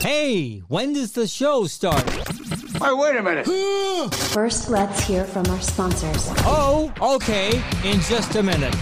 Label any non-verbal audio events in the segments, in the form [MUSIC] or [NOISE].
Hey, when does the show start? Hey, wait a minute. First, let's hear from our sponsors. Oh, okay, in just a minute.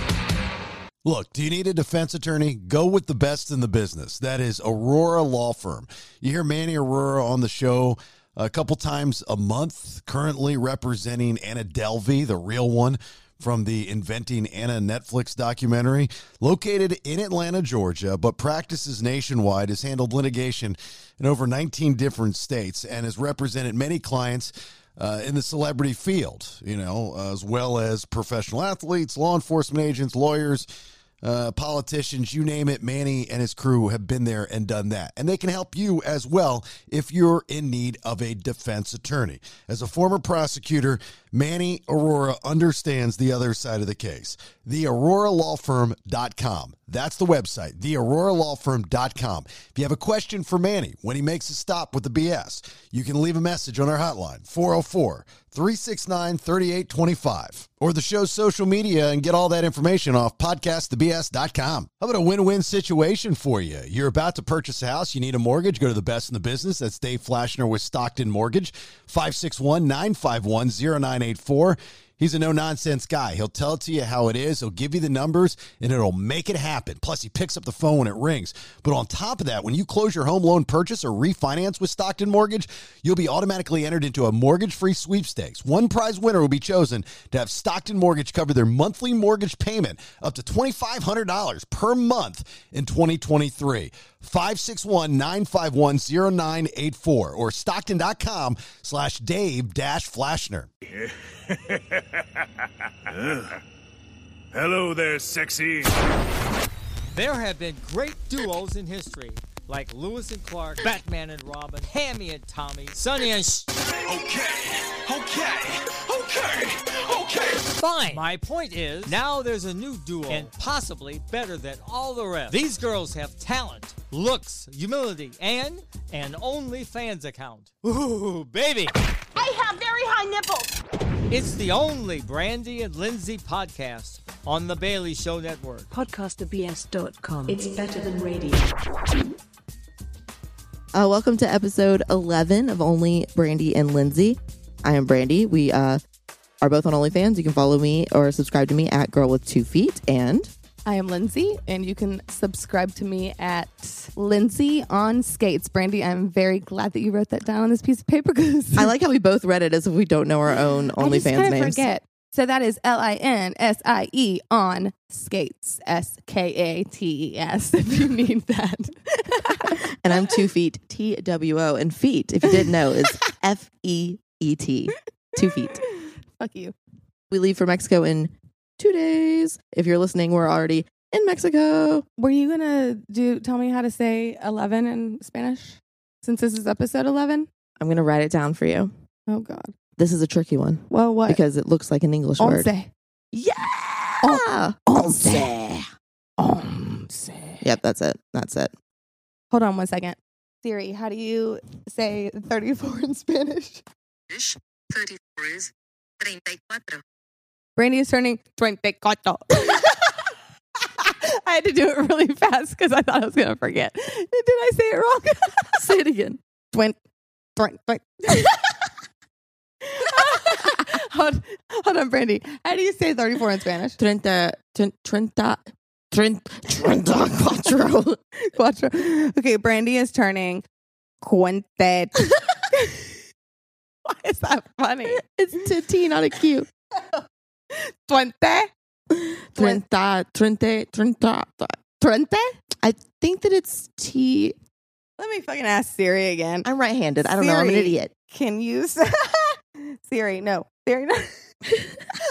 Look, do you need a defense attorney? Go with the best in the business. That is Aurora Law Firm. You hear Manny Aurora on the show a couple times a month, currently representing Anna Delvey, the real one from the Inventing Anna Netflix documentary, located in Atlanta, Georgia, but practices nationwide, has handled litigation in over 19 different states, and has represented many clients uh, in the celebrity field, you know, uh, as well as professional athletes, law enforcement agents, lawyers, uh, politicians, you name it. Manny and his crew have been there and done that. And they can help you as well if you're in need of a defense attorney. As a former prosecutor, Manny Aurora understands the other side of the case. TheAuroraLawFirm.com. That's the website, TheAuroraLawFirm.com. If you have a question for Manny when he makes a stop with the BS, you can leave a message on our hotline, 404 369 3825, or the show's social media and get all that information off podcastthebs.com. How about a win win situation for you? You're about to purchase a house, you need a mortgage, go to the best in the business. That's Dave Flashner with Stockton Mortgage, 561 951 0984. He's a no nonsense guy. He'll tell it to you how it is. He'll give you the numbers and it'll make it happen. Plus, he picks up the phone when it rings. But on top of that, when you close your home loan purchase or refinance with Stockton Mortgage, you'll be automatically entered into a mortgage free sweepstakes. One prize winner will be chosen to have Stockton Mortgage cover their monthly mortgage payment up to $2,500 per month in 2023. 561 951 0984 or stockton.com slash Dave dash Flashner. Hello there, sexy. There have been great duos in history, like Lewis and Clark, Batman and Robin, Hammy and Tommy, Sonny and Sh. Okay, okay, okay, okay. Fine. My point is, now there's a new duo, and possibly better than all the rest. These girls have talent, looks, humility, and an OnlyFans account. Ooh, baby. I have very high nipples. It's the only Brandy and Lindsay podcast on the Bailey Show Network. podcastthebs.com. It's better than radio. Uh, welcome to episode 11 of Only Brandy and Lindsay. I am Brandy. We uh, are both on OnlyFans. You can follow me or subscribe to me at Girl with Two Feet. And I am Lindsay, and you can subscribe to me at Lindsay on Skates. Brandy, I'm very glad that you wrote that down on this piece of paper because I like how we both read it as if we don't know our own I just OnlyFans kinda names. Forget. So that is L I N S I E on Skates, S K A T E S, [LAUGHS] if you need that. [LAUGHS] And I'm Two Feet, T W O. And feet, if you didn't know, [LAUGHS] is F E E T. Two Feet. Fuck you. We leave for Mexico in two days. If you're listening, we're already in Mexico. Were you going to do tell me how to say 11 in Spanish since this is episode 11? I'm going to write it down for you. Oh, God. This is a tricky one Well, what? because it looks like an English word. Once. Yeah. Once. Once. Once. Yep, that's it. That's it. Hold on one second. Siri, how do you say 34 in Spanish? 34 is 34. Brandy is turning 24. [LAUGHS] I had to do it really fast because I thought I was going to forget. Did I say it wrong? Say it again. [LAUGHS] Twin, twin, twin. [LAUGHS] hold, hold on, Brandy. How do you say 34 in Spanish? Trenta, tren- trenta, tren- [LAUGHS] trenta quattro. Cuatro. Okay, Brandy is turning [LAUGHS] cuente. [LAUGHS] Why is that funny? It's to T, not a Q. Twente? Trenta, trente, trenta. Twente? I think that it's T. Let me fucking ask Siri again. I'm right handed. I don't know. I'm an Siri. idiot. Can you say [LAUGHS] Siri? No, Siri. No. [LAUGHS] I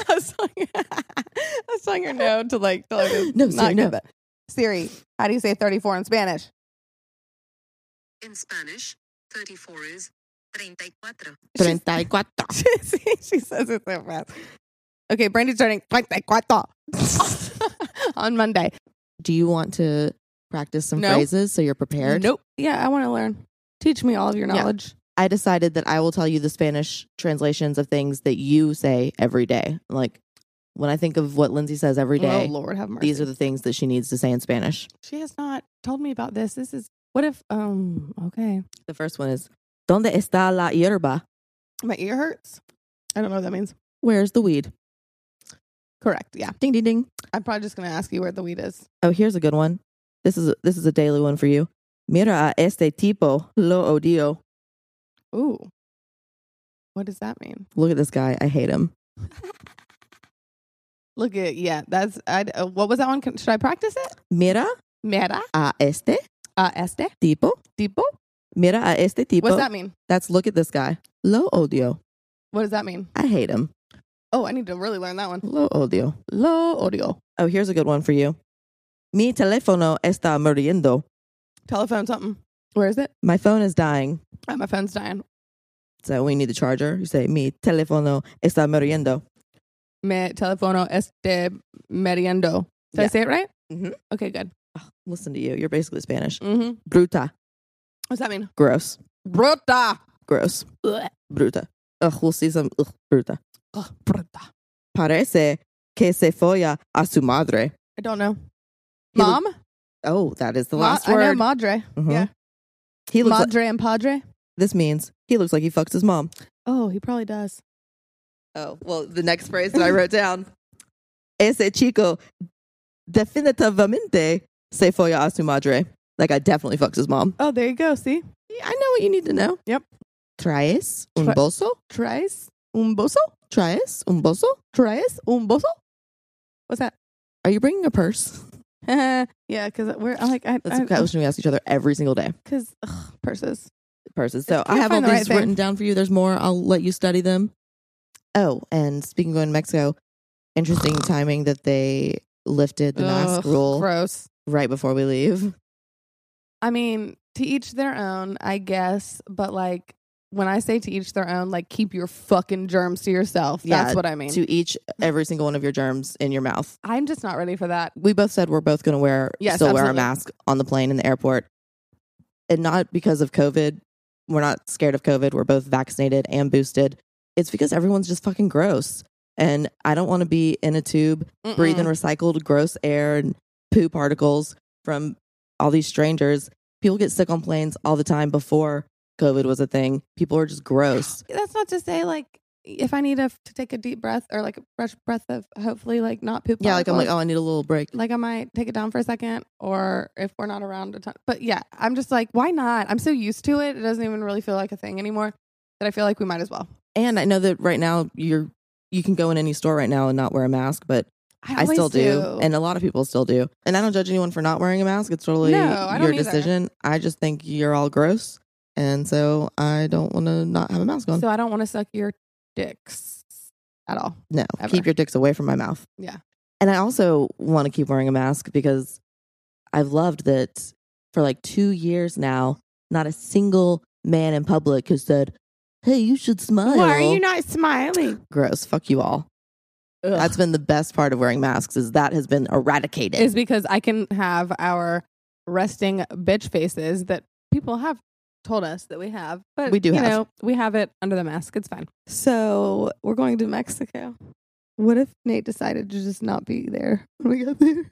was telling [LAUGHS] I was telling her no to like tell her to No, not Siri, get no. that. Siri, how do you say thirty four in Spanish? In Spanish, 34 is [LAUGHS] 34. Trenta y cuatro. [LAUGHS] She, she says it so fast. Okay, Brandy's turning twenty cuatro [LAUGHS] on Monday. Do you want to practice some No. phrases so you're prepared? Nope. Yeah, I want to learn. Teach me all of your Yeah. knowledge. I decided that I will tell you the Spanish translations of things that you say every day. Like when I think of what Lindsay says every Oh day, Lord, have mercy. these are the things that she needs to say in Spanish. she has not told me about this. This is What if, um, okay. The first one is Donde está la hierba? My ear hurts. I don't know what that means. Where's the weed? Correct. Yeah. Ding ding ding. I'm probably just going to ask you where the weed is. Oh, here's a good one. This is a, this is a daily one for you. Mira a este tipo, lo odio. Ooh. What does that mean? Look at this guy. I hate him. Look at, yeah, that's, I, uh, what was that one? Can- Should I practice it? Mira Mera a este uh, este tipo. tipo. Mira a este tipo. What's that mean? That's look at this guy. Lo odio. What does that mean? I hate him. Oh, I need to really learn that one. Lo odio. Lo odio. Oh, here's a good one for you. Mi teléfono está muriendo. Telephone something. Where is it? My phone is dying. Oh, my phone's dying. So we need the charger. You say mi teléfono está muriendo. Me telefono este meriendo. Did I Yeah. say it right? Mhm. Okay, good. Ugh, Listen to you. You're basically Spanish. Mm-hmm. Bruta. What's that mean? Gross. Bruta. Gross. Ugh, Bruta. Ugh, we'll see some. Ugh, bruta. ugh, bruta. Parece que se folla a su madre. I don't know. He Mom? Oh, that is the Ma- last I word. know madre. Mhm. Yeah. He looks. Like, madre and padre. this means he looks like he fucks his mom. Oh, he probably does. Oh, well, the next phrase that I wrote down. [LAUGHS] Ese chico definitivamente se folla a su madre. Like, I definitely fucks his mom. Oh, there you go. See? Yeah, I know what you need to know. Yep. Traes un Tra- bolso? Traes un boso? Traes un bolso? Traes un boso? What's that? [LAUGHS] Are you bringing a purse? yeah, because we're I'm like, I, That's I, a [LAUGHS] question we ask each other every single day. Because purses. Purses. So I I have all find the right these thing. written down for you. There's more. I'll let you study them. Oh, and speaking of going to Mexico, [SIGHS] interesting timing that they lifted the mask Ugh, rule Gross. right before we leave. I mean, to each their own, I guess. But like, when I say to each their own, like keep your fucking germs to yourself. That's Yeah, what I mean. To each, every single one of your germs in your mouth. I'm just not ready for that. we both said we're both going to wear Yes, still wear a absolutely. mask on the plane in the airport, and not because of COVID. We're not scared of COVID. We're both vaccinated and boosted. It's because everyone's just fucking gross, and I don't want to be in a tube Mm-mm. breathing recycled gross air and poo particles from all these strangers. People get sick on planes all the time before COVID was a thing. People are just gross. That's not to say like if I need a, to take a deep breath or like a fresh breath of hopefully like not poop. [SIGHS] Yeah, like I'm like, particles, oh, I need a little break. Like I might take it down for a second, or if we're not around a ton. But yeah, I'm just like, why not? I'm so used to it; it doesn't even really feel like a thing anymore. That I feel like we might as well. And I know that right now you're you can go in any store right now and not wear a mask, but I always still do. and a lot of people still do. And I don't judge anyone for not wearing a mask. It's totally No, I don't your either. decision. I just think you're all gross, and so I don't want to not have a mask on. So I don't want to suck your dicks at all. no, ever. keep your dicks away from my mouth. Yeah. and I also want to keep wearing a mask because I've loved that for like two years now. Not a single man in public has said, "Hey, you should smile." not smiling? gross? Fuck you all. That's That's been the best part of wearing masks is that has been eradicated. is because I can have our resting bitch faces that people have told us that we have, but We do you have. know we have it under the mask. It's fine. So we're going to Mexico. What if Nate decided to just not be there when we got there?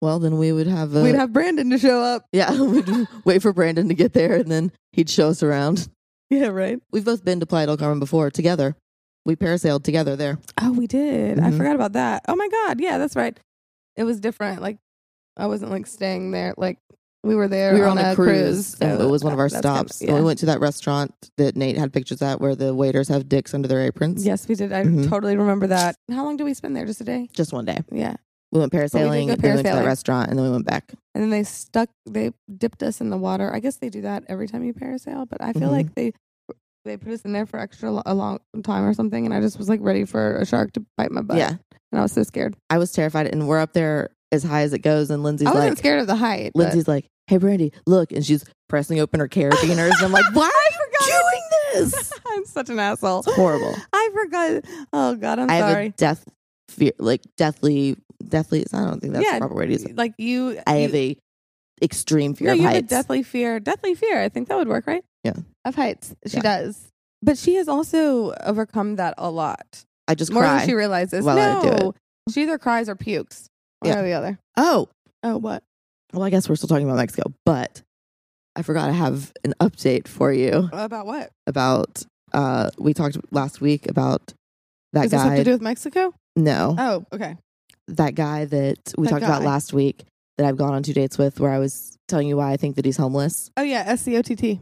well, then we would have a We'd have Brandon to show up. Yeah, [LAUGHS] we'd wait for Brandon to get there and then he'd show us around. [LAUGHS] Yeah, right. We've both been to Playa del Carmen before together. We parasailed together there. Oh, we did. I Mhm. forgot about that. Oh my god. Yeah, that's right. It was different. Like I wasn't like staying there. Like we were there. we were on, a cruise, and so it was one of our that's kinda- stops. yeah. And we went to that restaurant that Nate had pictures at where the waiters have dicks under their aprons. Yes, we did. I Mhm. totally remember that. How long did we spend there? Just a day. Just one day. Yeah. We went go parasailing, then we went to parasailing. that restaurant, and then we went back. And then they stuck. They dipped us in the water. I guess they do that every time you parasail. But I feel Mhm. like they they put us in there for extra lo- a long time or something. And I just was like ready for a shark to bite my butt. yeah. And I was so scared. I was terrified. And we're up there as high as it goes. And Lindsay's I wasn't like, scared of the height. but- [LAUGHS] Lindsay's like, hey, Brandy, look. And she's pressing open her [LAUGHS] carabiners. and I'm like, why are you doing this? I'm such an asshole. It's horrible. I forgot. Oh God, I'm I have sorry. a death fear, like deathly, deathly. I don't think that's the proper way to use it. Like you, I you- have a extreme fear no, of you have a heights. deathly fear. Deathly fear. I think that would work, right? Yeah. Of heights, she Yeah. does. But she has also overcome that a lot I just more cry. than she realizes. while I do no, she either cries or pukes. One Yeah. or the other. oh, Oh, what? well, I guess we're still talking about Mexico, but I forgot I have an update for you About what? about. Uh, we talked last week about that Does this guy. have to do with Mexico? no, Oh, okay. that guy that we That talked about guy. last week that I've gone on two dates with, where I was telling you why I think that he's homeless. Oh yeah, S C O T T.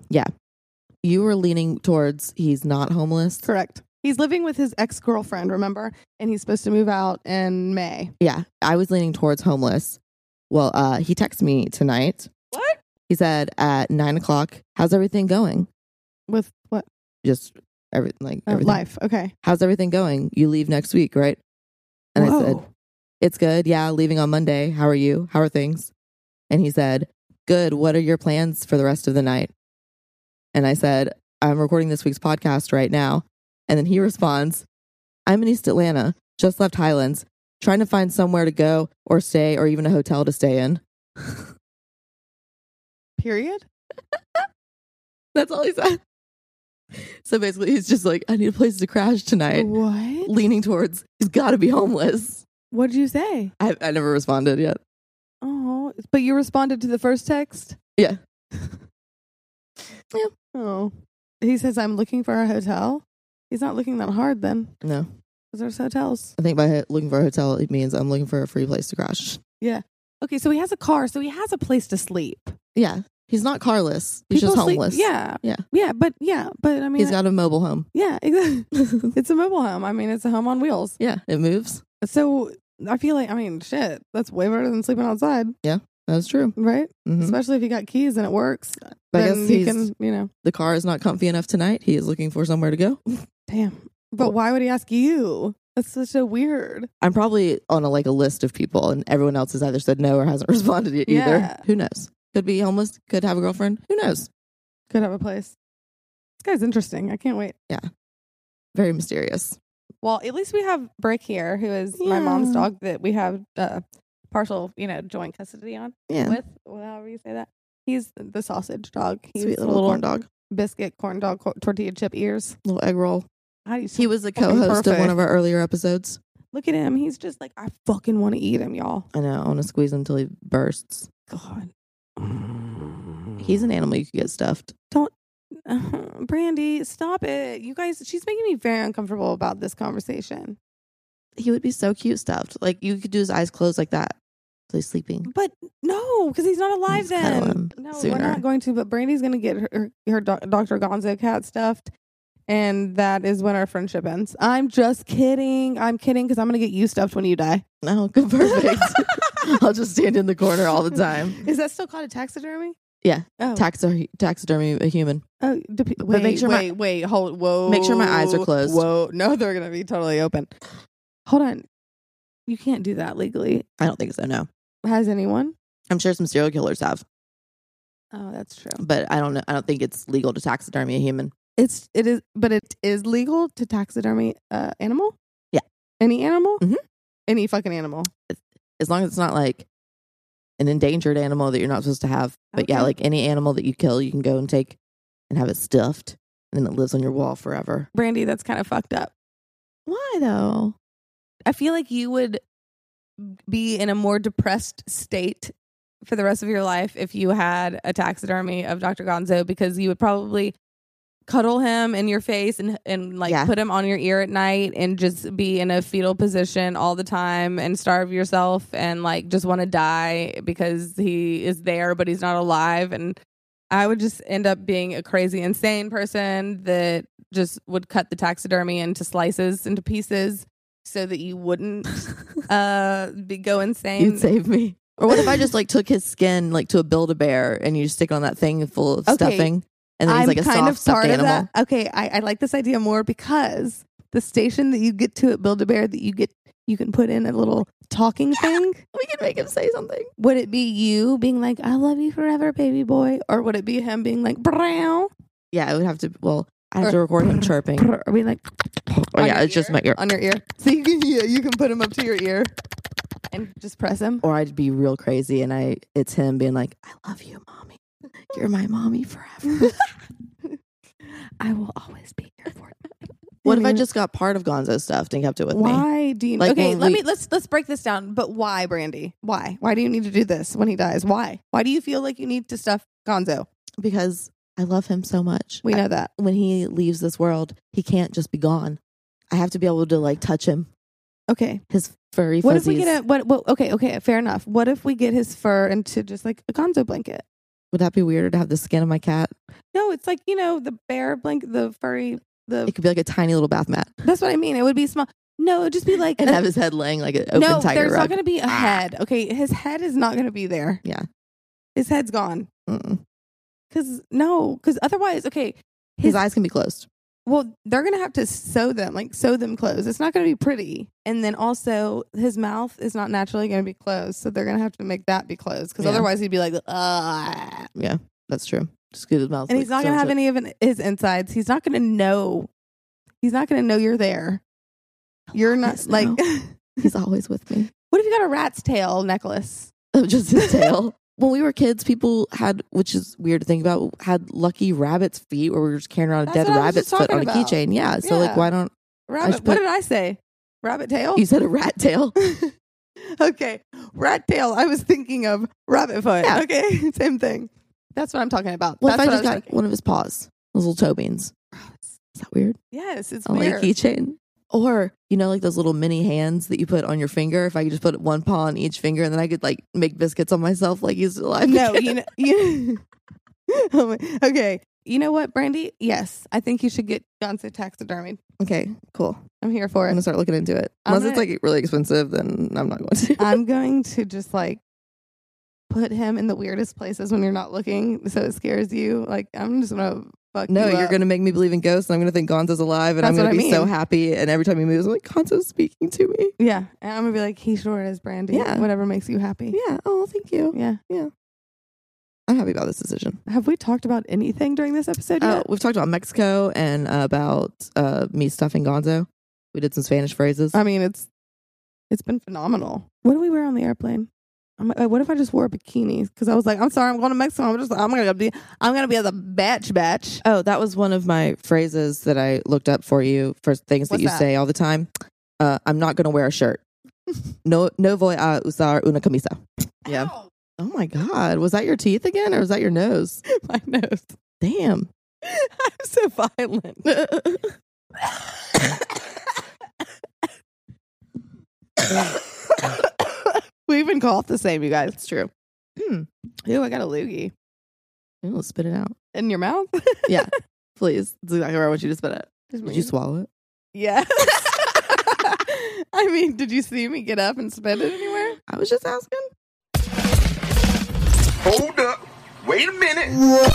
You were leaning towards he's not homeless. Correct. He's living with his ex girlfriend, remember? And he's supposed to move out in May. Yeah, I was leaning towards homeless. Well, uh, he texted me tonight. What? He said at nine o'clock, "How's everything going? With what? Just every like Oh, everything. life. Okay. How's everything going? You leave next week, right?" And I said, "It's good. Yeah, leaving on Monday. How are you? How are things?" And he said, "Good. What are your plans for the rest of the night?" And I said, "I'm recording this week's podcast right now." And then he responds, "I'm in East Atlanta. Just left Highlands." Trying to find somewhere to go or stay or even a hotel to stay in. [LAUGHS] Period. That's all he said. [LAUGHS] So basically, he's just like, I need a place to crash tonight, What? leaning towards he's got to be homeless. What did you say? I, I never responded yet. Oh, but you responded to the first text? Yeah. yeah. Oh. He says, I'm looking for a hotel. He's not looking that hard then, No, 'cause there's hotels. I think by ho- looking for a hotel, it means I'm looking for a free place to crash. Okay, so he has a car, so he has a place to sleep. Yeah, he's not carless. He's just sleep- homeless. Yeah. Yeah. Yeah, but yeah, but I mean, he's got a mobile home. [LAUGHS] yeah, exactly. [LAUGHS] it's a mobile home. I mean, it's a home on wheels. yeah, it moves. So I feel like, I mean, shit, that's way better than sleeping outside, That's true. right? Mhm. Especially if you got keys and it works. But I then guess he he's- can, you know, The car is not comfy enough tonight. He is looking for somewhere to go. damn. But why would he ask you? That's such a weird. I'm probably on a, like a list of people, and everyone else has either said no or hasn't [LAUGHS] responded yet either. Yeah. Who knows? Could be homeless. Could have a girlfriend. Who knows? Could have a place. This guy's interesting. I can't wait. Very mysterious. Well, at least we have Brick here, who is my mom's Yeah. dog that we have uh, partial, you know, joint custody on Yeah. with, well, however you say that. He's the sausage dog. He's Sweet little, a corn dog, biscuit, corn dog, cor- tortilla chip ears. little egg roll. How do you? He was the Fucking co-host of one perfect. of our earlier episodes. Look at him. He's just like I fucking want to eat him, y'all. I know. I want to squeeze him until he bursts. God, He's an animal you could get stuffed. [LAUGHS] Brandy, stop it. You guys, she's making me very uncomfortable about this conversation. He would be so cute stuffed. Like you could do his eyes closed like that. So he's sleeping. But no, because he's not Let's alive then. cuddle him no, sooner. we're not going to. But Brandy's going to get her, er, her doc- Dr. Gonzo cat stuffed. And that is when our friendship ends. I'm just kidding. I'm kidding because I'm going to get you stuffed when you die. No, good, Oh, [LAUGHS] perfect. I'll just stand in the corner all the [LAUGHS] time. Is that still called a taxidermy? Yeah. Oh, Taxi- taxidermy a human. oh do pe- wait, make sure my- wait, wait, hold, whoa. Make sure my eyes are closed. Whoa. No, [LAUGHS] they're going to be totally open. Hold on. You can't do that legally. I don't think so. No, Has anyone? I'm sure some serial killers have, Oh, that's true. but I don't know. I don't think it's legal to taxidermy a human. It's, it is, but it is legal to taxidermy uh, animal? Yeah. Any animal? Mhm. Any fucking animal. as long as it's not like an endangered animal that you're not supposed to have. But yeah, Okay. like any animal that you kill, you can go and take and have it stuffed, and then it lives on your wall forever. Brandy, that's kind of fucked up. Why though? I feel like you would be in a more depressed state for the rest of your life if you had a taxidermy of Dr. Gonzo because you would probably cuddle him in your face and and like Yeah. put him on your ear at night and just be in a fetal position all the time and starve yourself and like just want to die because he is there but he's not alive and I would just end up being a crazy insane person that just would cut the taxidermy into slices into pieces so that you [LAUGHS] wouldn't uh be go insane. You'd save me. Or what if I just like took his skin like to a build a bear and you stick it on that thing full of Okay. stuffing, and then he's like a soft stuffed animal. that. Okay, I, I like this idea more because the station that you get to at Build a Bear that you get you can put in a little talking [LAUGHS] thing. We could make him say something. Would it be you being like, "I love you forever, baby boy," or would it be him being like, "Brow," Yeah, it would have to. Well, I have Or- to record [CLEARS THROAT] him chirping. or being like, Oh on yeah, your it's just ear? my ear. on your ear, so you can yeah, you can put him up to your ear and just press him. or I'd be real crazy and I it's him being like, I love you, mommy. You're my mommy [LAUGHS] forever. I will always be here for you. what if I just got part of Gonzo stuffed and kept it with me? Why do you Like, Okay, when let we- me let's let's break this down. But why, Brandy? Why? Why do you need to do this when he dies? Why? Why do you feel like you need to stuff Gonzo? because I love him so much. We know I- that. when he leaves this world, he can't just be gone. I have to be able to like touch him, Okay. his furry What if fuzzies. we get a what? Well, okay, okay, fair enough. What if we get his fur into just like a gonzo blanket? Would that be weirder to have the skin of my cat? No, it's like you know the bear blanket, the furry, the. It could be like a tiny little bath mat that's what I mean. It would be small. No, [LAUGHS] it'd just be like and a- have his head laying like an open no. tiger there's rug. Ah. not going to be a head. Okay, his head is not going to be there. Yeah. his head's gone. Mm-mm. Because no, because otherwise, okay, His, his- eyes can be closed. Well, they're going to have to sew them, like sew them closed. It's not going to be pretty. And then also, his mouth is not naturally going to be closed. So they're going to have to make that be closed because Yeah. otherwise he'd be like, Ugh. Yeah, that's true. Just get his mouth. and he's not like, going sewn to have shut. any of an, his insides. He's not going to know. He's not going to know you're there. You're not this like, [LAUGHS] now. what [LAUGHS] He's always with me. [LAUGHS] if you got a rat's tail necklace? of just his tail. [LAUGHS] when we were kids, people had, which is weird to think about, had lucky rabbit's feet where we were just carrying around a That's dead what I was rabbit's just foot talking on a about. keychain. Yeah. So, like, Yeah. Oh. why don't Rabbit. should what put- did I say? Rabbit tail? you said a rat tail? [LAUGHS] [LAUGHS] okay. Rat tail. I was thinking of rabbit foot. Yeah. Okay. [LAUGHS] Same thing. That's what I'm talking about. What if I That's just what I got was thinking. one of his paws, those little toe beans? Is that weird? Yes, it's On like weird. a [LAUGHS] keychain? Or, you know, like those little mini hands that you put on your finger. If I could just put one paw on each finger and then I could like make biscuits on myself like he's alive. no, again. you know, you [LAUGHS] Oh my- okay. You know what, Brandy? Yes, I think you should get Gonzo taxidermied. okay, cool. I'm here for I'm going to it. start looking into it. I'm Unless gonna- it's like really expensive, then I'm not going to. I'm going to just like put him in the weirdest places when you're not looking, so it scares you. Like I'm just gonna [LAUGHS] fuck. No, you you're up. going to make me believe in ghosts, and I'm going to think Gonzo's alive, and I'm That's going what to I be so mean. happy. And every time he moves, I'm like, Gonzo's speaking to me. Yeah, and I'm gonna be like, he sure is, Brandy. Yeah. whatever makes you happy. Yeah. Oh, thank you. Yeah. I'm happy about this decision. Have we talked about anything during this episode Oh, yet? we've talked about Mexico and uh, about uh, me stuffing Gonzo. We did some Spanish phrases. I mean, it's it's been phenomenal. What do we wear on the airplane? I'm, uh, what if I just wore a bikini? Because I was like, I'm sorry, I'm going to Mexico. I'm just, I'm gonna be, I'm gonna be as a batch batch. oh, that was one of my phrases that I looked up for you for things that What's you that? say all the time. Uh, I'm not going to wear a [LAUGHS] shirt. no, no voy a usar una camisa. Yeah. Oh my God. Was that your teeth again, or was that your nose? [LAUGHS] my nose. Damn. I'm [LAUGHS] so violent. we even cough the same, you guys. It's true. [CLEARS THROAT] Hmm. Ew, I got a loogie Ooh, spit it out. in your [LAUGHS] mouth. Yeah. Please. That's exactly where I want you to spit it. Just Did mean. you swallow it? [LAUGHS] Yes. I mean, did you see me get up and spend it anywhere? I was just asking. Hold up. Wait a minute.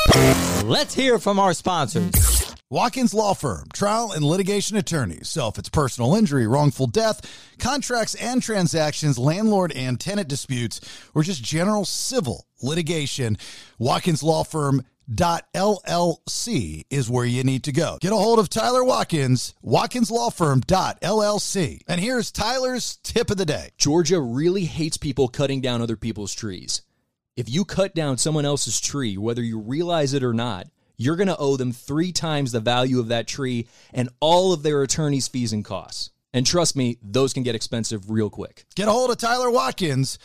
Let's hear from our sponsors. Watkins Law Firm, trial and litigation attorneys. So if it's personal injury, wrongful death, contracts and transactions, landlord and tenant disputes, or just general civil litigation, Watkins Law Firm. Dot LLC is where you need to go. Get a hold of Tyler Watkins, WatkinsLawFirm.LLC. And here's Tyler's tip of the day. Georgia really hates people cutting down other people's trees. If you cut down someone else's tree, whether you realize it or not, you're going to owe them three times the value of that tree and all of their attorney's fees and costs. And trust me, those can get expensive real quick. Get a hold of Tyler Watkins,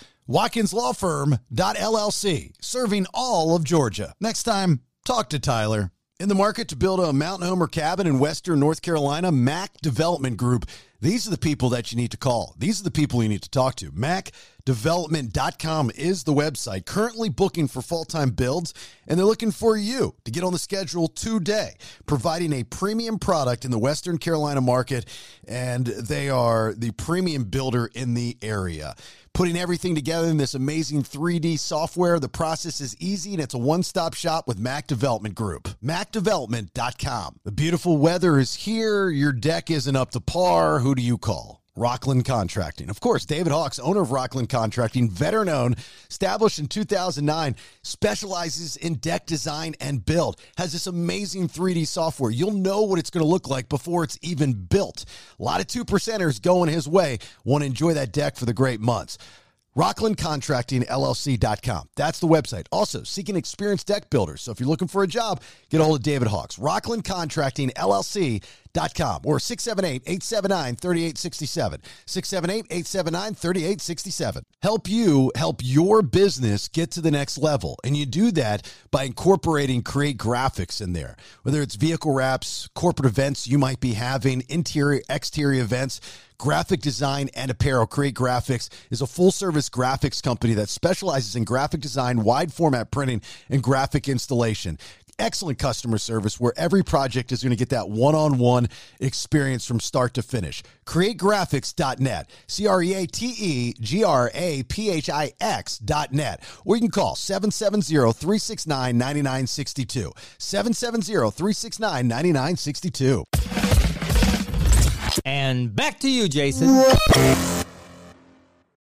WatkinsLawFirm.LLC, serving all of Georgia. Next time, talk to Tyler. In the market to build a mountain home or cabin in Western North Carolina, Mac Development Group. These are the people that you need to call. These are the people you need to talk to. MacDevelopment.com is the website currently booking for fall time builds, and they're looking for you to get on the schedule today, providing a premium product in the Western Carolina market, and they are the premium builder in the area. Putting everything together in this amazing 3D software, the process is easy and it's a one stop shop with Mac Development Group. MacDevelopment.com. The beautiful weather is here, your deck isn't up to par. Who do you call? Rockland Contracting. Of course, David Hawks, owner of Rockland Contracting, veteran owned, established in 2009, specializes in deck design and build, has this amazing 3D software. You'll know what it's going to look like before it's even built. A lot of two percenters going his way want to enjoy that deck for the great months. RocklandContractingLLC.com. That's the website. Also, seeking experienced deck builders. So if you're looking for a job, get a hold of David Hawks. RocklandContractingLLC.com. com or 678-879-3867. 678-879-3867. Help you help your business get to the next level. And you do that by incorporating create graphics in there. Whether it's vehicle wraps, corporate events you might be having, interior exterior events, graphic design and apparel. Create Graphics is a full service graphics company that specializes in graphic design, wide format printing, and graphic installation. Excellent customer service where every project is going to get that one on one experience from start to finish. CreateGraphics.net, C R E A T E G R A P H I X.net, or you can call 770 369 9962. 770 369 9962. And back to you, Jason.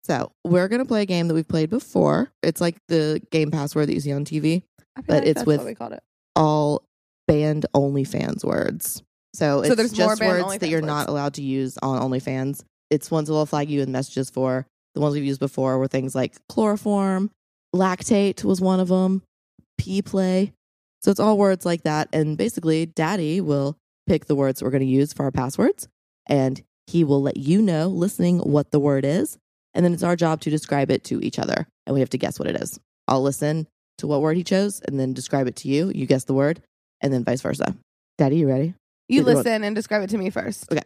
So we're gonna play a game that we've played before. It's like the game password that you see on TV, I feel but like it's that's with what we called it. all banned OnlyFans words. So So it's there's more just banned words that OnlyFans you're words. not allowed to use on OnlyFans. It's ones that will flag you in messages for. The ones we've used before were things like chloroform, lactate was one of them, pee play. So it's all words like that. And basically, daddy will pick the words that we're going to use for our passwords and he will let you know, listening, what the word is. And then it's our job to describe it to each other. And we have to guess what it is. I'll listen to what word he chose and then describe it to you. You guess the word and then vice versa. Daddy, you ready? You Either one. listen and describe it to me first. Okay.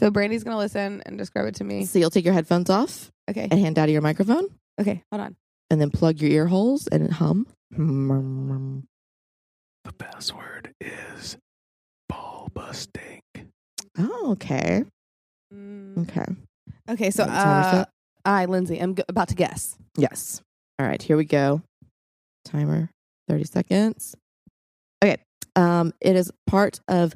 So Brandy's gonna listen and describe it to me. So you'll take your headphones off Okay. and hand daddy your microphone Okay. Hold on. and then plug your ear holes and hum. Hum. The password is ball busting. Oh, okay. Mm. Okay. Okay. So What time is uh, it? I, Lindsay, I'm g- about to guess. Yes. All right, here we go. Timer 30 seconds. Okay. Um it is part of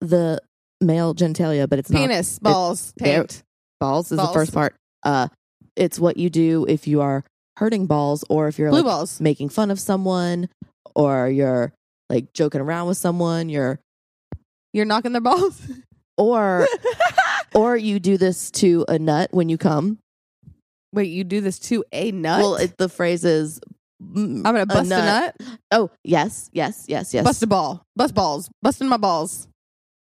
the male genitalia, but it's not Penis, balls, there- taint. balls is Balls. the first part. Uh it's what you do if you are hurting balls or if you're Blue like, balls. making fun of someone or you're like joking around with someone, you're You're knocking their balls. [LAUGHS] or or you do this to a nut when you come. Wait, you do this to a nut? Well, it, the phrase is mm, I'm gonna bust a nut. Oh, yes, yes, yes, yes. Bust a ball. Bust balls. Busting my balls.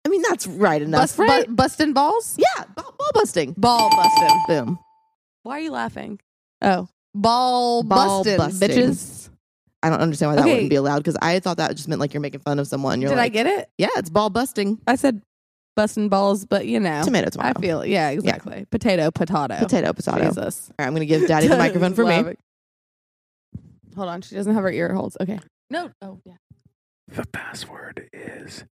I mean, that's right enough, Bust, right? bu- busting balls? yeah, ball, ball busting. Ball busting. Boom. Why are you laughing? Oh. Ball, Ball busting, busting. bitches. I don't understand why that Okay. wouldn't be allowed because I thought that just meant like you're making fun of someone. You're Did I like, get it? yeah, it's ball busting. I said busting balls, but you know. Tomato, tomato. I feel it. Yeah, exactly. Potato, potato. Potato, potato. All Jesus. right, I'm going to [LAUGHS] give daddy the microphone for me. Laughing. Hold on. She doesn't have her ear holes. Okay. No. Oh, yeah. The password is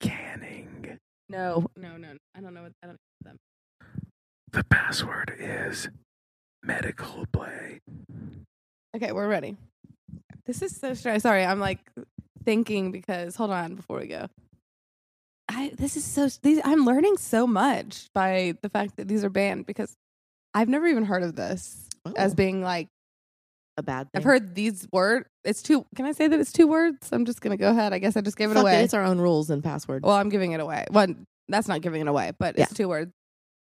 canning. No, no, no. I don't know what I don't know them. The password is medical play. Okay, we're ready. This is so strange. Sorry, I'm like thinking because hold on before we go. I this is so these I'm learning so much by the fact that these are banned because I've never even heard of this Oh, as being like a bad thing. I've heard these words. It's two. Can I say that it's two words? I'm just gonna go ahead. I guess I just gave it Fuck away. It's our own rules and password. Well, I'm giving it away. Well, that's not giving it away, but it's Yeah. two words.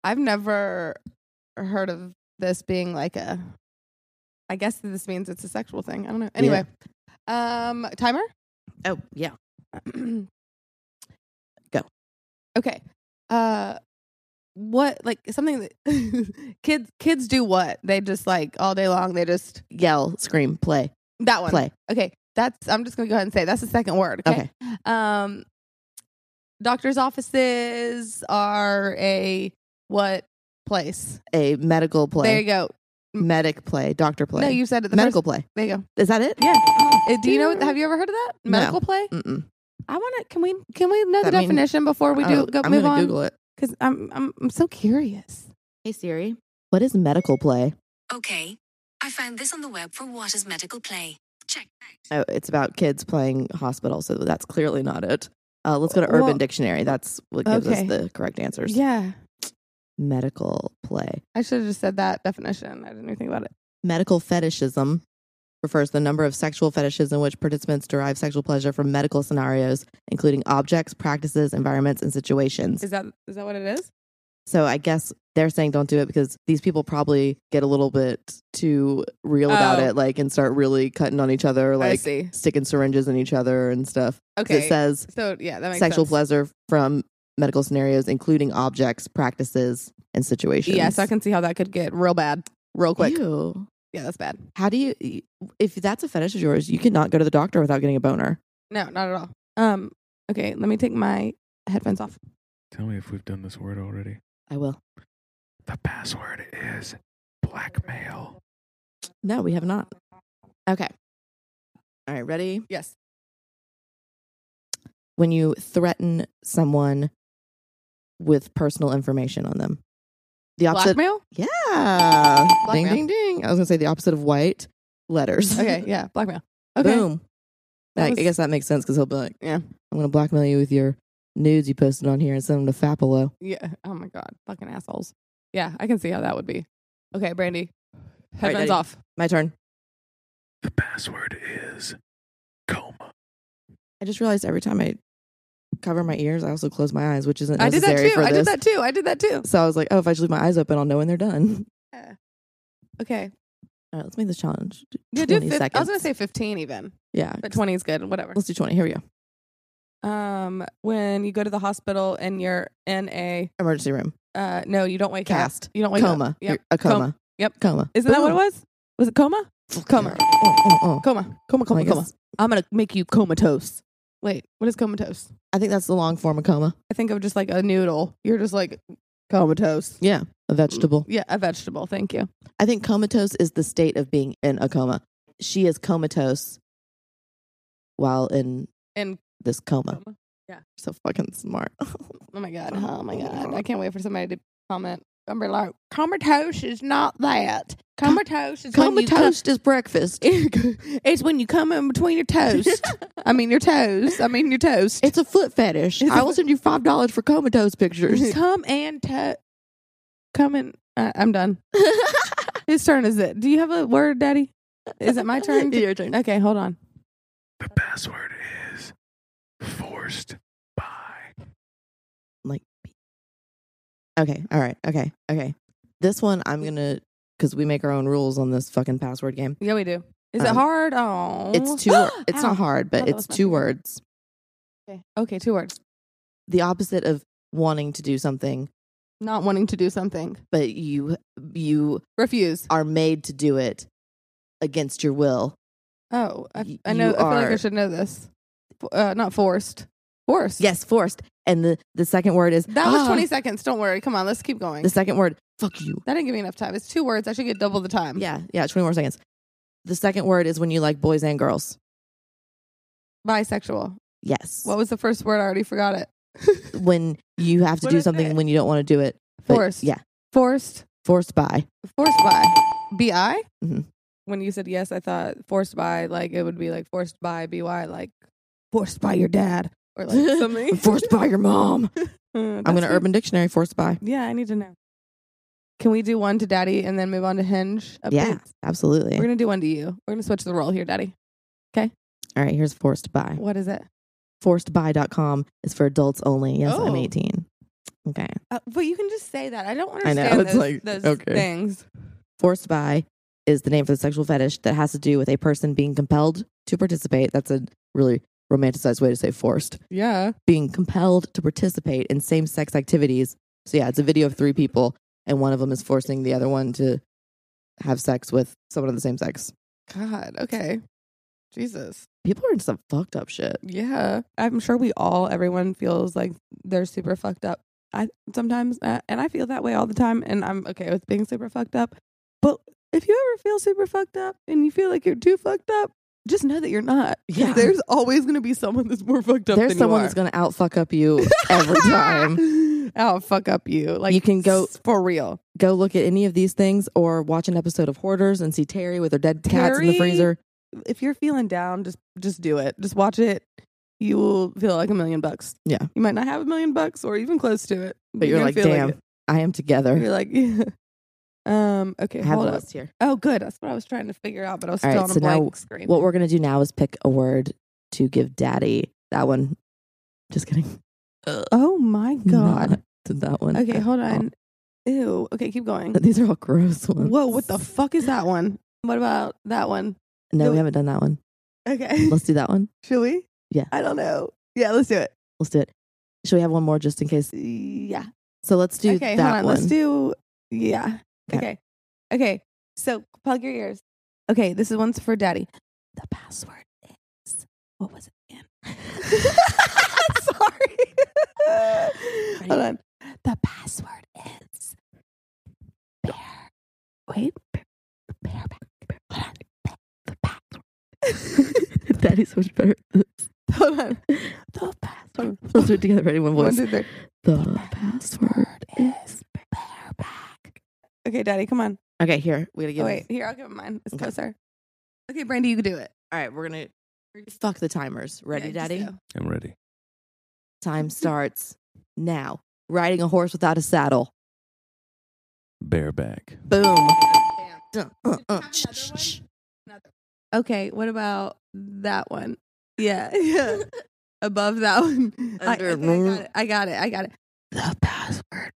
I've never heard of this being like a. I guess that this means it's a sexual thing. I don't know. Anyway, um, timer. oh, yeah. [CLEARS THROAT] Go. Okay. Uh, what like something that [LAUGHS] kids kids do what they just like all day long they just Yell, scream, play, that one play. okay that's I'm just gonna go ahead and say that's the second word Okay. um doctor's offices are a what place A medical play. there you go Medic play, doctor play. no you said it the medical play. first- there you go Is that it? yeah Uh, do you know have you ever heard of that No. medical play Mm-mm. i want to can we can we know That the mean- definition before we do Oh, go I'm move gonna on Google it. because I'm, I'm i'm so curious Hey Siri, what is medical play? Okay. I found this on the web for what is medical play. Check. Oh, it's about kids playing hospital, so that's clearly not it. Uh, let's go to Urban Well- Dictionary. That's what gives Okay. us the correct answers. yeah Medical play. i should have just said that definition i didn't even think about it Medical fetishism refers to the number of sexual fetishes in which participants derive sexual pleasure from medical scenarios, including objects, practices, environments, and situations. is that is that what it is So I guess they're saying don't do it because these people probably get a little bit too real about Oh. it, like and start really cutting on each other, i like see sticking syringes in each other and stuff. 'Cause okay It says so yeah that makes sexual sense. pleasure from medical scenarios, including objects, practices, and situations. Yes, I can see how that could get real bad real quick. Ew. Yeah, that's bad. How do you, if that's a fetish of yours, you cannot go to the doctor without getting a boner. No, not at all. Um, okay, let me take my headphones off. Tell me if we've done this word already. I will. The password is blackmail. No, we have not. Okay. All right, ready? Yes. When you threaten someone with personal information on them. The opposite [LAUGHS] Blackmail? Yeah. Blackmail. Ding ding ding. I was gonna say the opposite of white letters. Okay, [LAUGHS] yeah, blackmail. Okay. Boom. That Like, was- I guess that makes sense because he'll be like, Yeah. I'm gonna blackmail you with your nudes you posted on here and send them to Fapolo. Yeah. Oh my god, fucking assholes. Yeah, I can see how that would be. Okay, Brandy, right, headphones Daddy. off. My turn. The password is coma. I just realized every time I cover my ears, I also close my eyes, which isn't I did that necessary too. for I did this. that too. I did that too. So I was like, oh, if I just leave my eyes open, I'll know when they're done. Okay. All right, let's make this challenge. Yeah, do 20 fif- I was seconds. gonna say fifteen even, Yeah, but twenty is good. Whatever. let's do 20. Here we go. Um, when you go to the hospital and you're in a Emergency room. uh, no, you don't wake Cast. up. You don't wake Coma. up. Oh Yep. You're- A coma. Com- yep. Coma. Isn't that what it Boom. was? Was it coma? Coma. Oh, oh, oh. Coma. Well, Coma. Coma. I Coma. guess- I'm gonna make you comatose. Wait, what is comatose? I think that's the long form of coma. I think of just like a noodle. You're just like comatose. Yeah, a vegetable. Yeah, a vegetable. Thank you. I think comatose is the state of being in a coma. She is comatose while in In this coma. coma. Yeah. So fucking smart. Oh my god. Oh my god. I can't wait for somebody to comment. I'm gonna be like, comatose is not that. Comatose is [LAUGHS] when you come- comatose is breakfast. [LAUGHS] it's when you come in between your toes. I mean your toes. I mean your toes. [LAUGHS] It's a foot fetish. It's a I will foot- send you five dollars for comatose [LAUGHS] pictures. come and to come and uh, I'm [LAUGHS] done. Whose turn is it? Do you have a word, Daddy? Is it my turn? to- Your turn. Okay, hold on. The password is forced by. like okay all right okay okay this one i'm gonna because we make our own rules on this fucking password game Yeah, we do. Is it Um, hard? Oh, it's two [GASPS] [LAUGHS] wor- it's Ow. not hard Oh, but that it's was my two finger. words Okay. okay, two words. the opposite of wanting to do something Not wanting to do something. but you you Refuse. are made to do it against your will Oh, I, Y- I know. you I feel like I are- should know this. F- Uh, not forced. Forced. yes forced and the the second word is That was ah. 20 seconds. Don't worry. Come on. Let's keep going. the second word fuck you that didn't give me enough time. It's two words. I should get double the time. yeah yeah 20 more seconds the second word is when you like boys and girls Bisexual. yes What was the first word? I already forgot it. [LAUGHS] when you have to What do is something it? when you don't want to do it but- Forced. yeah Forced. forced by Forced by. Bi. Mhm. When you said yes, I thought forced by. Like it would be like forced by. By like forced by your dad or like [LAUGHS] something. Oh, forced by your [LAUGHS] mom. I'm going to Urban Dictionary forced by. Yeah, I need to know. Can we do one to Daddy and then move on to Hinge? Updates? Yeah, absolutely. We're gonna do one to you. We're gonna switch the role here, Daddy. All right, here's forced by. What is it? Forcedby.com is for adults only. Yes, Oh. I'm 18. Okay. Uh, but you can just say that. I don't I understand know, it's those, like, those okay. things. Forced by is the name for the sexual fetish that has to do with a person being compelled to participate. That's a really romanticized way to say forced. Yeah. Being compelled to participate in same sex activities. So, yeah, it's a video of three people, and one of them is forcing the other one to have sex with someone of the same sex. God. Okay. Jesus. People are into some fucked up shit. Yeah. I'm sure we all, everyone feels like they're super fucked up. I sometimes, uh, and I feel that way all the time, and I'm okay with being super fucked up. But if you ever feel super fucked up and you feel like you're too fucked up, just know that you're not. 'Cause Yeah. There's always going to be someone that's more fucked up. There's than someone you that's going to out fuck up [LAUGHS] you every time. oh, fuck up you. Like You can go- s- for real. Go look at any of these things or watch an episode of Hoarders and see Terry with her dead cats in Terry? the freezer. If you're feeling down, just just do it. Just watch it. You will feel like a million bucks. Yeah. You might not have a million bucks or even close to it. But you're, gonna like, feel damn, it. I am together. You're like, [LAUGHS] yeah. Um, okay, I have a hold up. list here. Oh, good. That's what I was trying to figure out, but I was All still right, on a so now blank screen. What we're going to do now is pick a word to give daddy. That one. Just kidding. [LAUGHS] oh my god. Did that one. Okay, at hold all. on. Ew. Okay, keep going. [LAUGHS] These are all gross ones. Whoa, what the fuck is that one? What about that one? [LAUGHS] No, we haven't done that one. Okay. Let's do that one. Should we? Yeah. I don't know. Yeah, let's do it. Let's do it. Should we have one more just in case? Yeah. So let's do okay, that hold on. one. Let's do yeah. Okay. Okay. Okay. So plug your ears. Okay, this is one's for daddy. The password is what was it again? [LAUGHS] Sorry. Hold on. The password is bear. Wait. Bearback. Hold on. The password. [LAUGHS] that is so much better. Hold [LAUGHS] on. The password. Let's do it together. Ready? One One, voice. Mm. two, three. The password is. Okay, daddy, come on. Okay, here. We gotta Oh, give wait, here, I'll give him mine. It's Okay. closer. Okay, Brandy, you can do it. All right, we're gonna fuck the timers. Ready, Mm-hmm. Yeah, just Daddy? go. I'm ready. Time starts now. Riding a horse without a saddle. Bareback. Boom. Dun, uh, uh, shh, shh, shh. Okay, what about that one? Yeah, [LAUGHS] [LAUGHS] yeah. Above that one. I, I Under- think I got it. I got it. I got it. The password.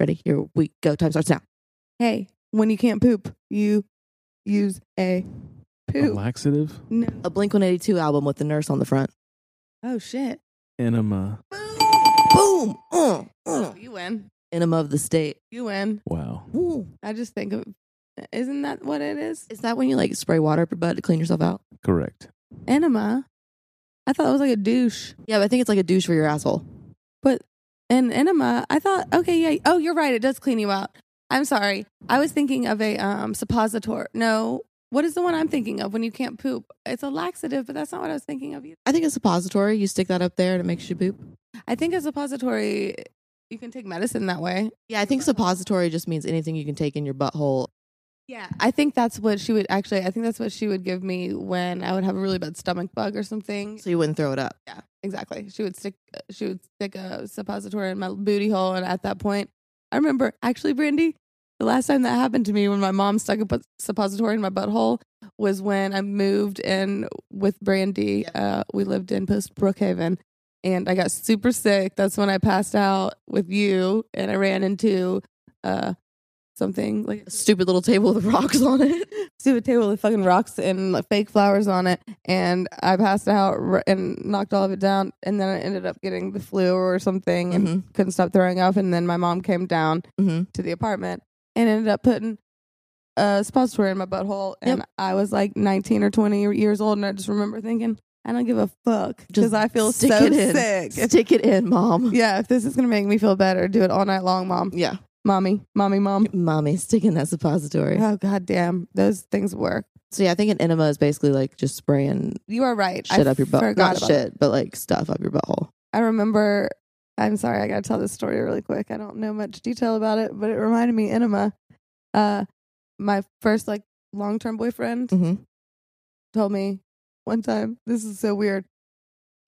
Ready? Here we go. Time starts now. Hey, when you can't poop, you use a A poop. laxative. No. A Blink 182 album with the nurse on the front. Oh shit. Enema. Boom. Uh, uh. You win. Enema of the state. You win. Wow. Ooh. I just think of isn't that what it is? Is that when you like spray water up your butt to clean yourself out? Correct. Enema. I thought it was like a douche. Yeah, but I think it's like a douche for your asshole. But an enema, I thought, okay, yeah. Oh, you're right. It does clean you out. I'm sorry. I was thinking of a um, suppository. No, what is the one I'm thinking of when you can't poop? It's a laxative, but that's not what I was thinking of. either. I think a suppository. You stick that up there and it makes you poop. I think a suppository, you can take medicine that way. Yeah, I think suppository just means anything you can take in your butthole. Yeah. I think that's what she would actually, I think that's what she would give me when I would have a really bad stomach bug or something. So you wouldn't throw it up. Yeah, exactly. She would stick she would stick a suppository in my booty hole, and at that point, I remember actually, Brandy, the last time that happened to me when my mom stuck a bu- suppository in my butthole was when I moved in with Brandy. Uh, we lived in Post Brookhaven, and I got super sick. That's when I passed out with you, and I ran into uh, something like A stupid little table [LAUGHS] with rocks on it. stupid table with fucking rocks and like, fake flowers on it, and I passed out r- and knocked all of it down, and then I ended up getting the flu or something and Mhm. couldn't stop throwing up, and then my mom came down Mm-hmm. to the apartment and ended up putting a suppository in my butthole, and Yep. I was like 19 or 20 years old, and I just remember thinking, I don't give a fuck because Just I feel stick so it in. sick. If- Stick it in, mom. [LAUGHS] yeah, if this is gonna make me feel better, do it all night long, mom, Yeah. mommy, mommy, mom. Mommy, stick in that suppository. Oh god damn, those things work. So yeah, I think an enema is basically like just spraying You are right. shit I up your butt. forgot Not about shit, but like stuff up your butthole. I remember. I'm sorry, I got to tell this story really quick. I don't know much detail about it, but it reminded me enema. Uh, my first like long term boyfriend Mhm. told me one time. This is so weird.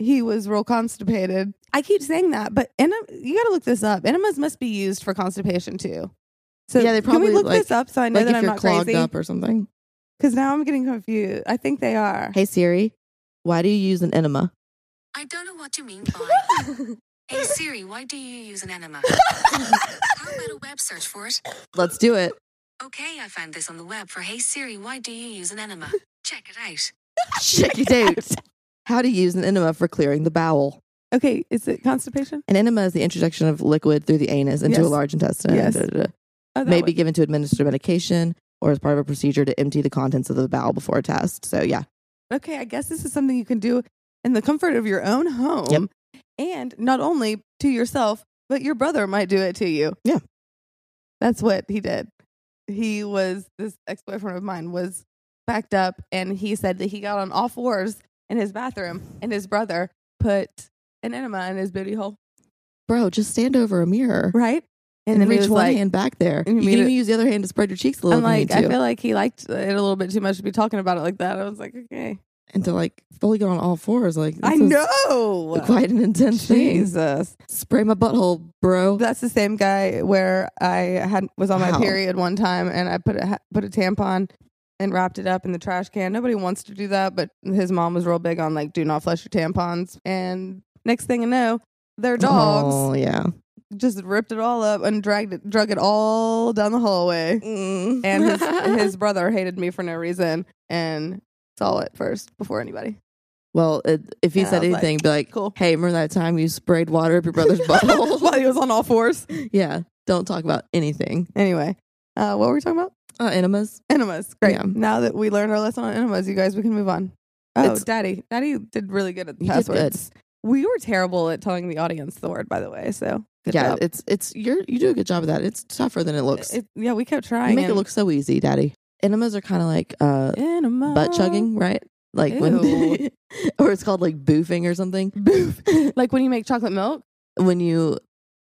He was real constipated. I keep saying that, but enema. You got to look this up. Enemas must be used for constipation too. So Yeah, they can probably, we look like- this up so I know Like that if I'm you're not clogged crazy? up or something. Because now I'm getting confused. I think they are. Hey Siri, why do you use an enema? I don't know what you mean by. hey Siri, why do you use an enema? How about a web search for it? Let's do [LAUGHS] it. Okay, I found this on the web for Hey Siri, why do you use an enema? Check it out. Check it out. How to use an enema for clearing the bowel. Okay, is it constipation? An enema is the introduction of liquid through the anus into Yes. a large intestine. Yes. Da, da, da. Oh, that May be one. given to administer medication or as part of a procedure to empty the contents of the bowel before a test. So yeah. okay, I guess this is something you can do in the comfort of your own home. And not only to yourself, but your brother might do it to you. Yeah. That's what he did. He was, this ex boyfriend of mine was backed up and he said that he got on all fours in his bathroom and his brother put an enema in his booty hole. Bro, just stand over a mirror Right. and, then he reach was one like- hand back there. and You he can made even it- use the other hand to spread your cheeks a little I'm if you like, need to. I feel like he liked it a little bit too much to be talking about it like that. I was like, okay. and to like fully get on all fours. Like this I is know. quite an intense thing. Jesus. Spray my butthole, bro. That's the same guy where I had was on my Wow. period one time, and I put a ha- put a tampon and wrapped it up in the trash can. Nobody wants to do that, but his mom was real big on like, do not flush your tampons. And next thing you know, their dogs Oh yeah. just ripped it all up and dragged it, drug it all down the hallway. [LAUGHS] And [LAUGHS] his his brother hated me for no reason and saw it first before anybody. Well, it, if he And I said was like, anything, be like, cool. "Hey, remember that time you sprayed water up your [LAUGHS] brother's butthole [LAUGHS] while he was on all fours. yeah, don't talk about anything." Anyway, uh, what were we talking about? Uh, enemas. Enemas. Great. Yeah. Now that we learned our lesson on enemas, you guys, we can move on. Oh, It's- Daddy. Daddy did really good at the You did good. passwords. We were terrible at telling the audience the word, by the way. So good yeah, job. it's it's you're you do a good job of that. It's tougher than it looks. It- yeah, we kept trying. you make it and- look so easy, Daddy. Enemas are kind of like uh, Enema. butt chugging, right? Like when, Ew. [LAUGHS] or it's called like boofing or something. [LAUGHS] Boof. like when you make chocolate milk, When you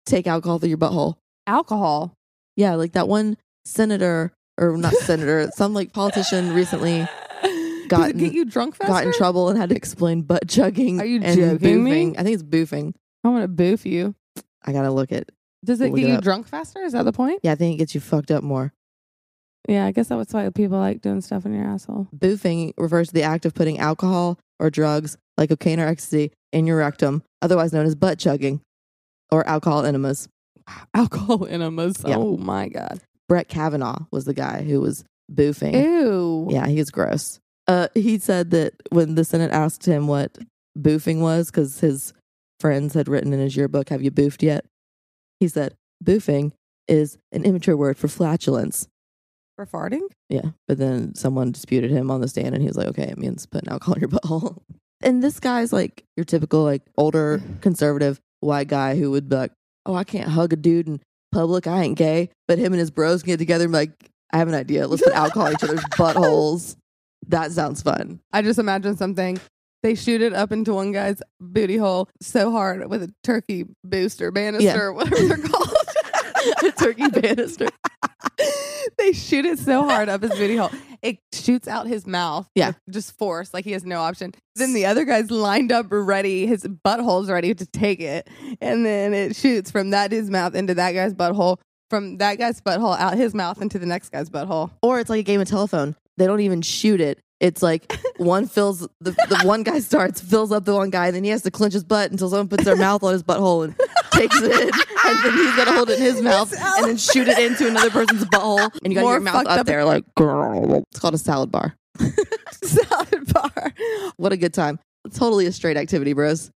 take alcohol through your butthole. alcohol. Yeah, like that one senator or [LAUGHS] not senator, some like politician recently Does Gotten- it get you drunk faster? got in trouble and had to explain butt chugging. Are you and joking me? boofing. I think it's boofing. I'm gonna boof you. I gotta look at. Does it Look get it you up. drunk faster? Is that the point? Yeah, I think it gets you fucked up more. Yeah, I guess that was why people like doing stuff in your asshole. Boofing refers to the act of putting alcohol or drugs like cocaine or ecstasy in your rectum, otherwise known as butt chugging or alcohol enemas. [LAUGHS] Alcohol enemas. Yeah. Oh my god. Brett Kavanaugh was the guy who was boofing. Ew. Yeah, he was gross. Uh, he said that when the Senate asked him what boofing was, because his friends had written in his yearbook, Have you boofed yet? He said, Boofing is an immature word for flatulence. For farting? Yeah. But then someone disputed him on the stand and he was like, okay, it means putting alcohol in your [LAUGHS] butthole. And this guy's like your typical, like, older, conservative white guy who would be like, oh, I can't hug a dude in public. I ain't gay. But him and his bros can get together and be like, I have an idea. Let's put alcohol in each other's buttholes. That sounds fun. I just imagine something. They shoot it up into one guy's booty hole so hard with a turkey booster banister, Yeah. or [LAUGHS] whatever they're called. [LAUGHS] a turkey banister. [LAUGHS] they shoot it so hard up his booty hole, it shoots out his mouth. Yeah. with just force, like he has no option. Then the other guy's lined up, ready. His butthole's ready to take it, and then it shoots from that dude's mouth into that guy's butthole, from that guy's butthole out his mouth into the next guy's butthole. Or it's like a game of telephone. They don't even shoot it. It's [LAUGHS] like one fills the, the one guy starts, fills up the one guy, and then he has to clench his butt until someone [LAUGHS] puts their mouth on his butthole and takes it in, and then he's gonna hold it in his mouth and then shoot it into another person's [LAUGHS] butthole, and you got More your mouth fucked up up- there like it's called a salad bar. [LAUGHS] Salad bar. What a good time! Totally a straight activity, bros.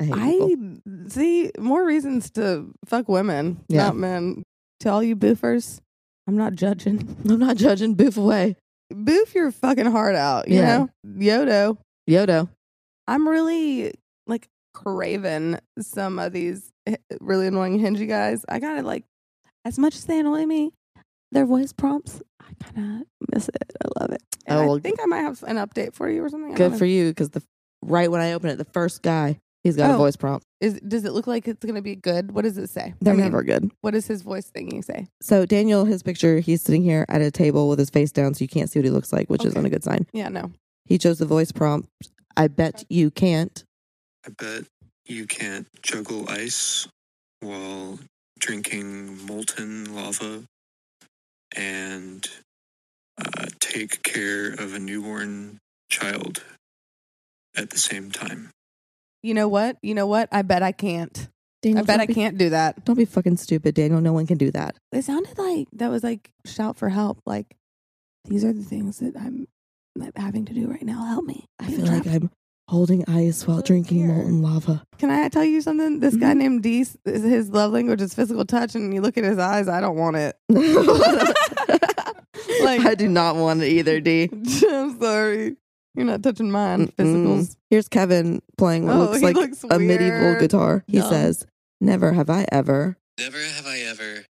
I, hate people. I see more reasons to fuck women, Yeah. not men. To all you boofers, I'm not judging. [LAUGHS] I'm not judging. Boof away, Boof your fucking heart out, you Yeah. know? Yodo. Yodo. I'm really like craving some of these h- really annoying hingy guys. I gotta like, as much as they annoy me, their voice prompts, I kind of miss it. I love it. And Oh, well, I think I might have an update for you or something. I Good don't for know. you, because the right when I open it, the first guy he's got a Oh. voice prompt. Is, does it look like it's gonna be good? What does it say? They're I mean, never good. What does his voice thingy say? So Daniel, his picture, he's sitting here at a table with his face down, so you can't see what he looks like, which Okay. isn't a good sign. Yeah, no. He chose the voice prompt. I bet you can't. I bet you can't juggle ice while drinking molten lava and uh, take care of a newborn child at the same time. You know what? You know what? I bet I can't. Daniel, I bet don't I be- can't do that. Don't be fucking stupid, Daniel. No one can do that. It sounded like that was like shout for help. Like these are the things that I'm I'm having to do right now. Help me. I I'm feel trapped. like I'm holding ice while Oh, drinking dear. molten [LAUGHS] lava. Can I tell you something? This guy named D. s- His love language is physical touch, and you look at his eyes. I don't want [LAUGHS] it. like I do not want it either, [LAUGHS] D. [LAUGHS] I'm sorry, you're not touching mine. Physicals. Mm. Here's Kevin playing what Oh, looks he like looks a medieval weird. guitar. He Dumb. says, "Never have I ever." Never have I ever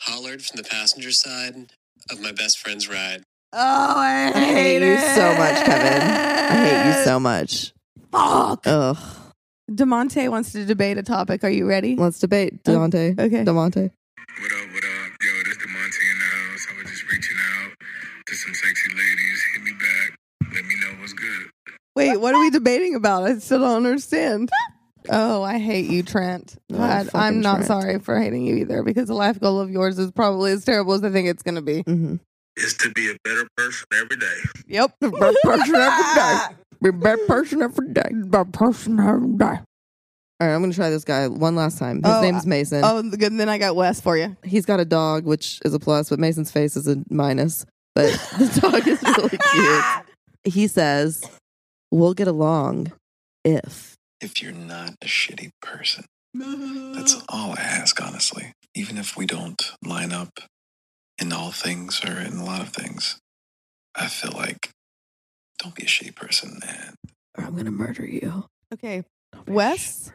hollered from the passenger side of my best friend's ride. Oh, I I hate hate you so much, Kevin. I hate you it. so much. Fuck. Ugh. Demonte wants to debate a topic. Are you ready? Let's debate, Devontae. Okay. Devontae. What up, what up? Yo, this DeMonte in the house. I was just reaching out to some sexy ladies. Hit me back. Let me know what's good. Wait, what are we debating about? I still don't understand. Oh, I hate you, Trent. Oh, God, fucking I'm not Trent. sorry for hating you either because the life goal of yours is probably as terrible as I think it's going to be. Mm-hmm. Is to be a better person every day. Yep. The best person every [LAUGHS] day. Be best person every day. Bad person every day. All right, I'm gonna try this guy one last time. His Oh, name's Mason. Oh, good. then I got Wes for you. He's got a dog, which is a plus, but Mason's [LAUGHS] face is a minus. But the dog is really cute. He says, We'll get along if. If you're not a shitty person, that's all I ask, honestly. Even if we don't line up in all things or in a lot of things, I feel like don't be a shitty person, man. Or I'm gonna murder you. Okay. Wes?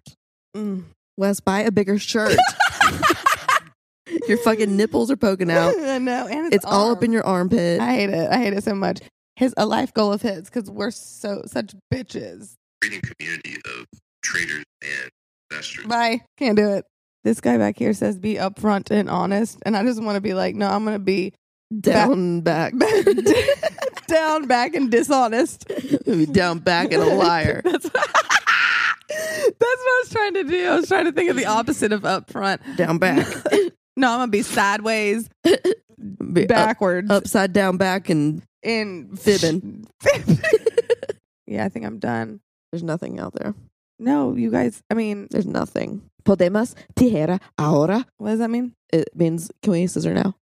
Mm. Wes, buy a bigger shirt. [LAUGHS] your fucking nipples are poking [LAUGHS] out. [LAUGHS] I know, and It's all up in your armpit. I hate it. I hate it so much. His a life goal of his because we're so such bitches. Creating community of traders and investors. Bye. Can't do it. This guy back here says be upfront and honest, and I just want to be like, no, I'm gonna be Down [LAUGHS] back. [LAUGHS] down back and dishonest. Down back and a liar. [LAUGHS] That's what, that's what I was trying to do. I was trying to think of the opposite of upfront. Down back. [LAUGHS] [LAUGHS] No, I'm gonna be sideways, backwards, Upside down back and in [LAUGHS] fibbing. yeah, I think I'm done. There's nothing out there. No, you guys. I mean, There's nothing. Podemos tijera ahora. what does that mean? It means can we scissor now?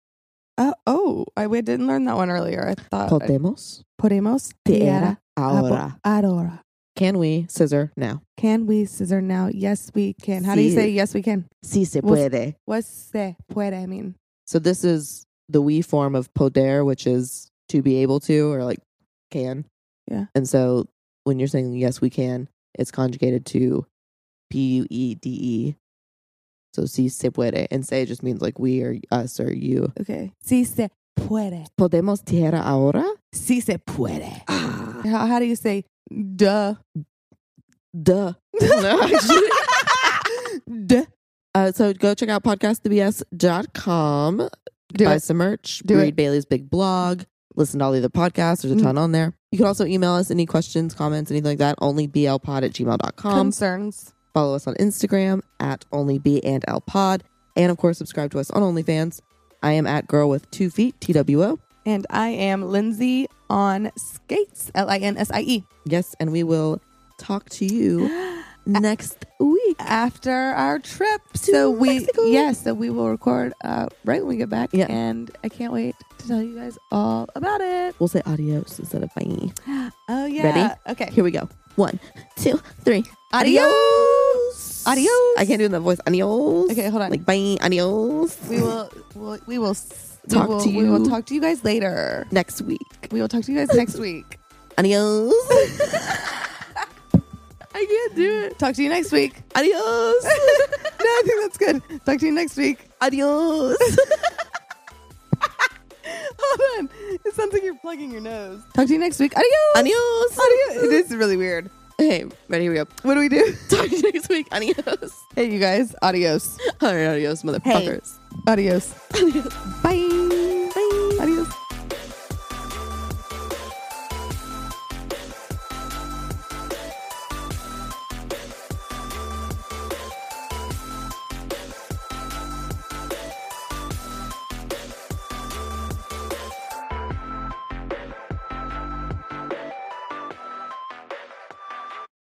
Uh, oh, I we didn't learn that one earlier. I Uh, thought I- Podemos podemos tijera abo- ahora. ahora. Can we scissor now? Can we scissor now? Yes, we can. How do you Sí. say yes, we can? Si se Was- puede. What's se puede? I mean, So this is the we form of poder, which is to be able to or like can. Yeah. And so when you're saying yes, we can, it's conjugated to P U E D E. So si se puede. And se just means like we or us or you. okay. Si se puede. Podemos tierra ahora? Si se puede. Ah, How, how do you say duh? [LAUGHS] duh. No, actually. [LAUGHS] duh. Uh, so go check out podcasttbs.com. Do buy it. some merch. Do read it. Bailey's big blog. Listen to all the other podcasts. There's a Mm. ton on there. You can also email us any questions, comments, anything like that. Onlyblpod at gmail.com. Concerns. Follow us on Instagram at onlyb and lpod. And of course, subscribe to us on OnlyFans. I am at girl with two feet, TWO. And I am Lindsay on skates. L I N S I E. Yes, and we will talk to [GASPS] you next week. After our trip, so we Mexico. yes, so we will record uh, right when we get back. Yeah. And I can't wait to tell you guys all about it. We'll say adios instead of bye. Oh yeah. Ready? Okay. Here we go. One, two, three. Adios. Adios. I can't do that voice. Adios. Okay, hold on. Like bye. Adios. we will we'll, we will s- we Talk will- to We will you. talk to you guys later. next week. We will talk to you guys [LAUGHS] next week. [LAUGHS] Adios. I can't do it. Talk to you next week. Adios. [LAUGHS] no, I think that's good. Talk to you next week. [LAUGHS] Adios. [LAUGHS] Hold on. It sounds like you're plugging your nose. Talk to you next week. Adios. Adios. Adios. It is really weird. Okay, ready? Here we go. What do we do? [LAUGHS] Talk to you next week. Adios. Hey, you guys. Adios. All right, adios, motherfuckers. [LAUGHS] Adios. Bye.